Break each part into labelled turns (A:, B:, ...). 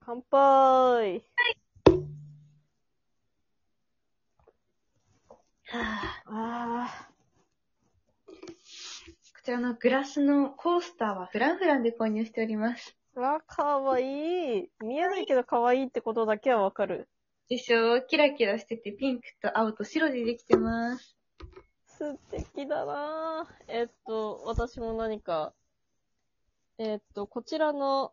A: 乾杯。
B: はあ、
A: ああ、
B: こちらのグラスのコースターはフランフランで購入しております。
A: わ、かわいい。見えないけどかわいいってことだけはわかる。
B: でしょキラキラしててピンクと青と白でできてます。
A: 素敵だなぁえっと、私も何か、えっと、こちらの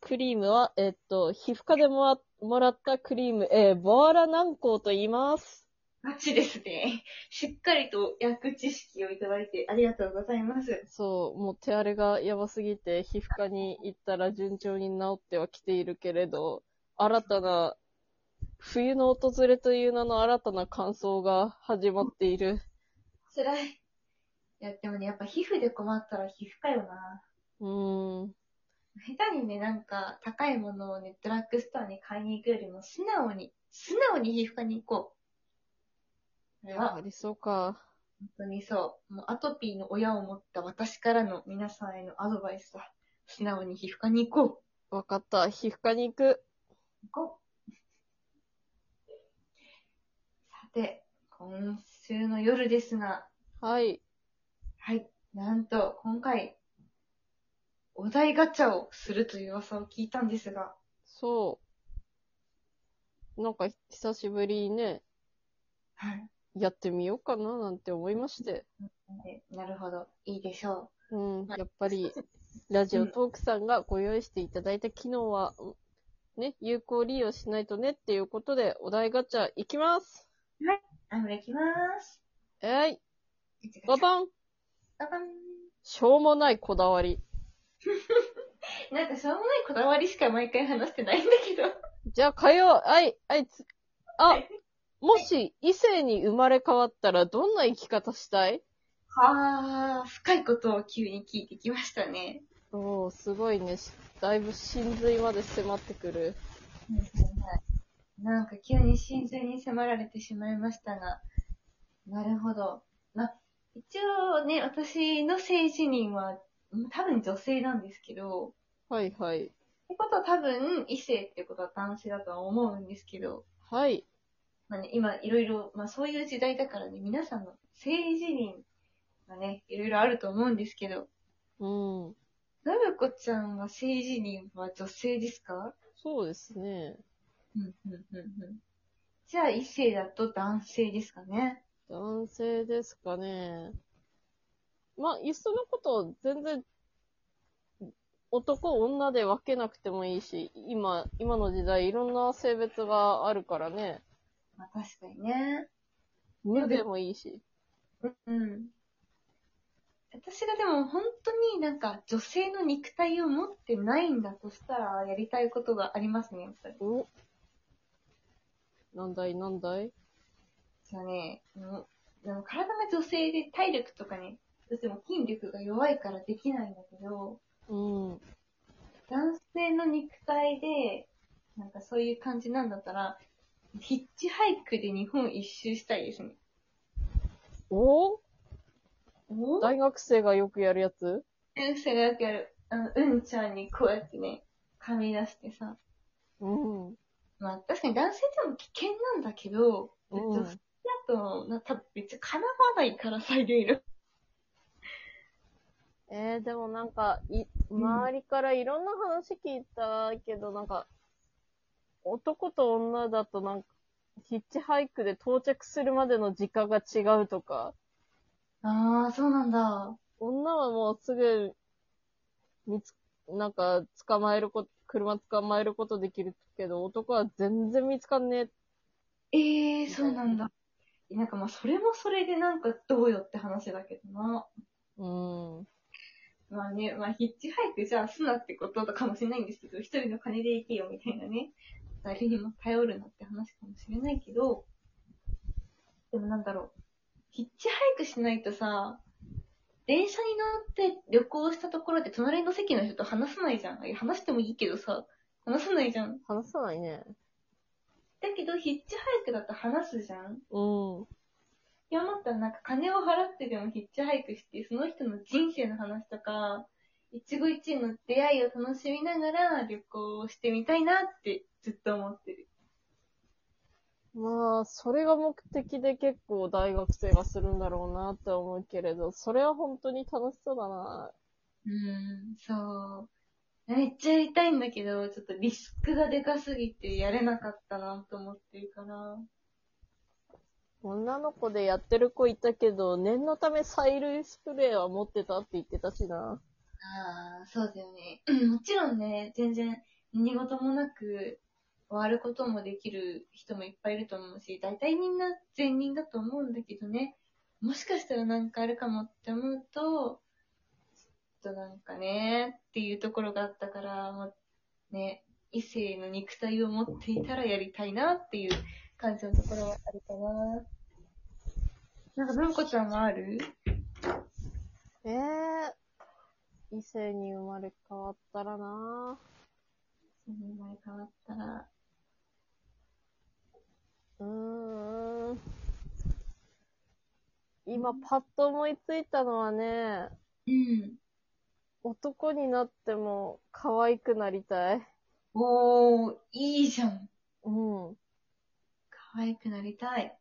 A: クリームは、えっと、皮膚科でもらもらったクリーム、えー、ボアラ軟膏と言います。
B: マチですね。しっかりと薬知識をいただいてありがとうございます。
A: そう、もう手荒れがやばすぎて、皮膚科に行ったら順調に治ってはきているけれど、新たな、冬の訪れという名の新たな感想が始まっている。
B: 辛い。いや、でもね、やっぱ皮膚で困ったら皮膚科よな。
A: うーん。
B: 下手にね、なんか高いものをね、ドラッグストアに買いに行くよりも素直に、素直に皮膚科に行こう。これは
A: ありそうか。
B: 本当にそう。もうアトピーの親を持った私からの皆さんへのアドバイスだ。素直に皮膚科に行こ
A: わかった。皮膚科に行く。
B: う。行こう。さて、今週の夜ですが、
A: はい。
B: はい。なんと、今回、お題ガチャをするという噂を聞いたんですが、
A: そう。なんか、久しぶりにね、
B: はい。
A: やってみようかななんて思いまして。
B: なるほど。いいでしょ
A: うん。やっぱり、ラジオトークさんがご用意していただいた機能は、ね、有効利用しないとねっていうことで、お題ガチャいきます。
B: う。あの、行きまーす。
A: えい。バ
B: ガチャ
A: バン。
B: ガバン。
A: しょうもないこだわり。
B: なんかしょうもないこだわりしか毎回話してないんだけど。
A: じゃあ、火曜、あい、あいつ、あ、もし異性に生まれ変わったらどんな生き方したい
B: はあ、深いことを急に聞いてきましたね。
A: おおすごいね。しだいぶ真髄まで迫ってくる。
B: なんか急に真髄に迫られてしまいましたが、なるほど。ま、一応ね、私の性自認は、うん多分女性なんですけど、
A: はいはい。
B: ってことは多分異性ってことは男性だとは思うんですけど、
A: はい。
B: まあね、今いろいろ、まあそういう時代だからね、皆さんの性自認がね、いろいろあると思うんですけど、
A: うん。
B: なぶこちゃんは性自認は女性ですか
A: そうですね。
B: うんうんうんうんじゃあ異性だと男性ですかね。
A: 男性ですかね。まあ、いっそのこと、全然、男、女で分けなくてもいいし、今、今の時代、いろんな性別があるからね。
B: まあ確かにね。
A: 無でもいいし。
B: うん。私がでも本当になんか女性の肉体を持ってないんだとしたらやりたいことがありますね、やっぱり。
A: おなんだいなんだい
B: じゃあね、もうでも体が女性で体力とかね、どうしても筋力が弱いからできないんだけど、
A: うん。
B: 男性の肉体で、なんかそういう感じなんだったら、ヒッチハイクで日本一周したいですね。
A: お
B: お
A: 大学生がよくやるやつ
B: うん、それだけある。あの、うんちゃんにこうやってね、噛み出してさ。
A: うん。
B: まあ、確かに男性でも危険なんだけど、
A: うん
B: 女性だと、な、多分めっちゃ絡まないからさ、いろいろ。
A: えー、でもなんか、い、
B: うん
A: 周りからいろんな話聞いたけど、なんか、男と女だとなんか、ヒッチハイクで到着するまでの時間が違うとか、
B: ああ、そうなんだ。
A: 女はもうすぐ、見つ、なんか、捕まえること、車捕まえることできるけど、男は全然見つかんねえ。
B: ええー、そうなんだ。なんかまあ、それもそれでなんかどうよって話だけどな。
A: うん。
B: まあね、まあ、ヒッチハイクじゃあすなってこととかもしれないんですけど、一人の金で行けよみたいなね、誰にも頼るなって話かもしれないけど、でもなんだろう、ヒッチハイクしないとさ、電車に乗って旅行したところで隣の席の人と話さないじゃん。いや話してもいいけどさ、話さないじゃん。
A: 話さないね。
B: だけど、ヒッチハイクだと話すじゃん。
A: うん。
B: いや、もっとなんか金を払ってでもヒッチハイクして、その人の人生の話とか、一期一会の出会いを楽しみながら旅行をしてみたいなってずっと思ってる。
A: まあ、それが目的で結構大学生がするんだろうなって思うけれど、それは本当に楽しそうだな。
B: うん、そう。めっちゃやりたいんだけど、ちょっとリスクがでかすぎてやれなかったなと思ってるから。
A: 女の子でやってる子いたけど、念のため催涙スプレーは持ってたって言ってたしな。
B: ああ、そうだよね。うんもちろんね、全然何事もなく終わることもできる人もいっぱいいると思うし、大体みんな善人だと思うんだけどね、もしかしたらなんかあるかもって思うと、ちょっとなんかね、っていうところがあったから、もうね、異性の肉体を持っていたらやりたいなっていう感じのところはあるかな。なんか、文子ちゃんもある
A: ええ異性に生まれ変わったらな。
B: 生まれ変わったら。
A: うーん。今パッと思いついたのはね、
B: うん。
A: 男になっても可愛くなりたい。
B: おー、いいじゃん。
A: うん。
B: 可愛くなりたい。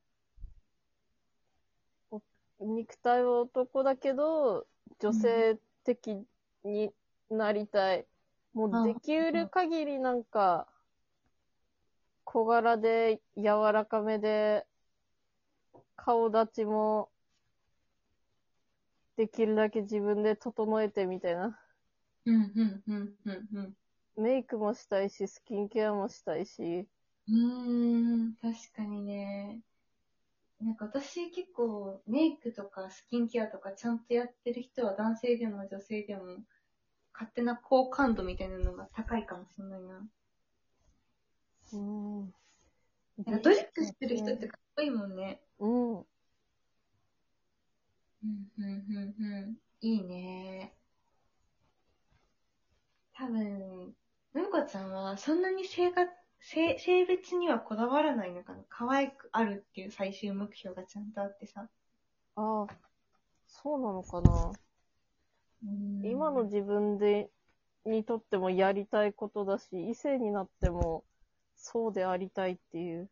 A: 肉体は男だけど、女性的になりたい。も
B: あ
A: うできうる限りなんか、小柄で柔らかめで、顔立ちも、できるだけ自分で整えてみたいな。
B: うん、うん、うん、うん、
A: メイクもしたいし、スキンケアもしたいし。
B: うん。うーん、確かにね。なんか私結構メイクとかスキンケアとかちゃんとやってる人は男性でも女性でも勝手な好感度みたいなのが高いかもしれないな。
A: うん。
B: なんか努力してる人ってかっこいいもんね。
A: うん。
B: うん、うん、うん、うん。いいね。多分、うんこちゃんはそんなに性格、性、性別にはこだわらないのかな可愛くあるっていう最終目標がちゃんとあってさ。
A: ああ、そうなのかな。今の自分で、にとってもやりたいことだし、異性になっても、そうでありたいっていう。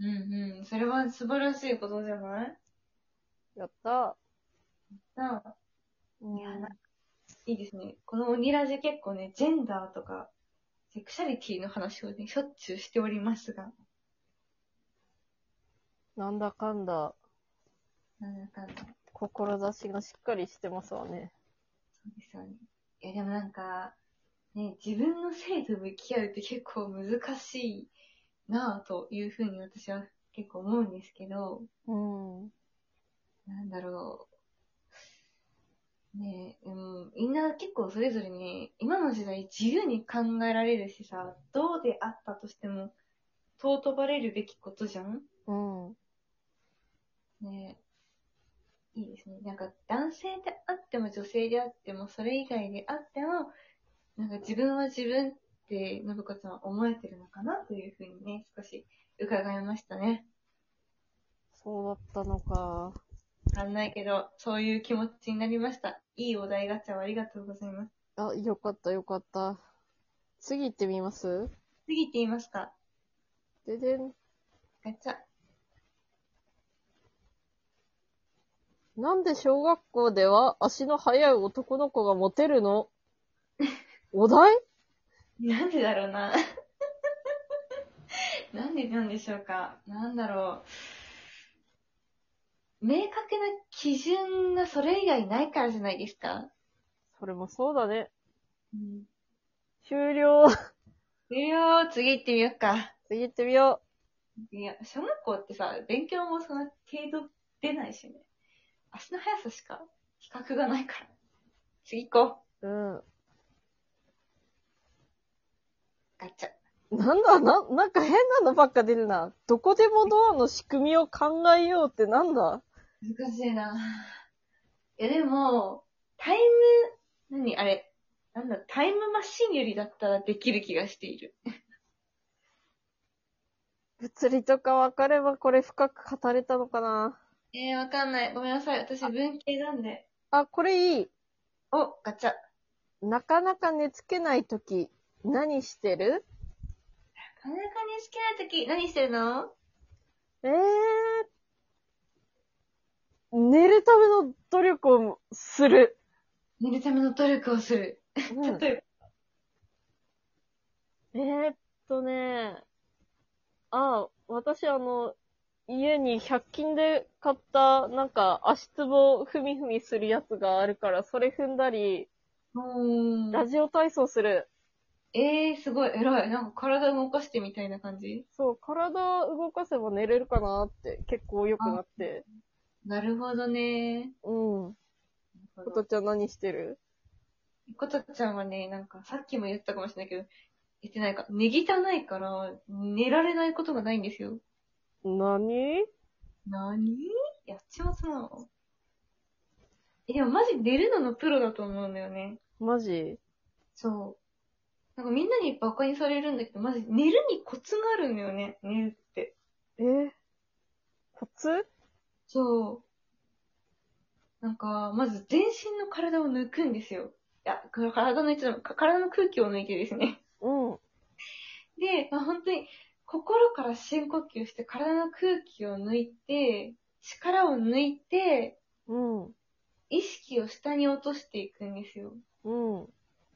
B: うんうん。それは素晴らしいことじゃない
A: やった。
B: なあ。
A: うん
B: いや、なんかいいですね。このオニラジ結構ね、ジェンダーとか、セクシャリティの話をね、しょっちゅうしておりますが。
A: なんだかんだ、
B: なんだかんだ。
A: 志がしっかりしてますわね。
B: そうですよね。いや、でもなんか、ね、自分の性と向き合うって結構難しいなぁというふうに私は結構思うんですけど、
A: うん。
B: なんだろう。ねうん、みんな結構それぞれね、今の時代自由に考えられるしさ、どうであったとしても、尊ばれるべきことじゃん
A: うん。
B: ねいいですね。なんか男性であっても女性であってもそれ以外であっても、なんか自分は自分って信子さんは思えてるのかなというふうにね、少し伺いましたね。
A: そうだったのか。
B: わかんないけど、そういう気持ちになりました。いいお題ガチャをありがとうございます。
A: あ、よかったよかった。次行ってみます
B: 次行ってみますか。
A: ででん。
B: ガチャ。
A: なんで小学校では足の速い男の子がモテる のお題
B: なんでだろうな。 なんでなんでしょうか。なんだろう。明確な基準がそれ以外ないからじゃないですか。
A: それもそうだね。
B: うん。
A: 終了。
B: いやー、次行ってみようか。
A: 次行ってみよ
B: いや、小学校ってさ、勉強もその程度出ないしね。足の速さしか比較がないから。次行こ
A: う。うん。
B: う。ガチャ。
A: なんだ、な、なんか変なのばっか出るな。どこでもドアの仕組みを考えようってなんだ
B: 難しいな。いや、でも、タイム、何あれ、なんだ、タイムマシンよりだったらできる気がしている。
A: 物理とかわかればこれ深く語れたのかな。
B: えー、わかんない。ごめんなさい。私、文系なんで。
A: あ、これいい。
B: お、ガチャ。
A: なかなか寝つけないとき、何してる
B: なかなか寝つけないとき、何してるの
A: えー、寝るための努力をする。
B: 寝るための努力をする。例え
A: え
B: ば。
A: ー、っとね、あ、私あの、家に100均で買った、なんか足つぼをふみふみするやつがあるから、それ踏んだり、
B: う
A: ラジオ体操する。
B: えー、すごい、偉い。なんか体動かしてみたいな感じ
A: そう、体動かせば寝れるかなって、結構良くなって。
B: なるほどね。
A: うん。
B: こ
A: ことちゃん何してる
B: とちゃんはね、なんかさっきも言ったかもしれないけど、言ってないか、寝汚いから、寝られないことがないんですよ。
A: 何
B: なにやっちまったな。え、でもマジ寝るののプロだと思うんだよね。
A: マジ
B: そう。なんかみんなにバカにされるんだけど、マジ寝るにコツがあるんだよね、寝るって。
A: えーコツ
B: そう。なんか、まず全身の体を抜くんですよ。いや、これ体抜いてたのか体の空気を抜いてですね。
A: うん。
B: で、まあ、本当に心から深呼吸して体の空気を抜いて、力を抜いて、
A: うん。
B: 意識を下に落としていくんですよ。
A: うん。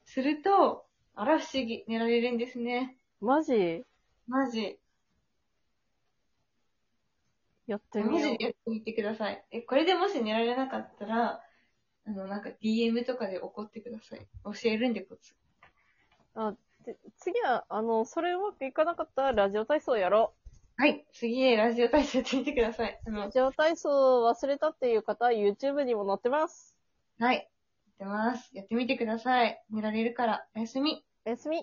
B: すると、あら不思議、寝られるんですね。
A: マジ
B: マジ。
A: やって
B: マ
A: み
B: ジ
A: よ
B: でやってみてください。え、これでもし寝られなかったら、あの、なんか DM とかで怒ってください。教えるんでこっち。
A: う。で次は、あの、それうまくいかなかったらラジオ体操やろ
B: はい。次へラジオ体操やってみてください。あ
A: う。ラ
B: の、
A: ジオ体操忘れたっていう方は YouTube にも載ってます。
B: はい。やってます。やってみてください。寝られるから。おやすみ。
A: おやすみ。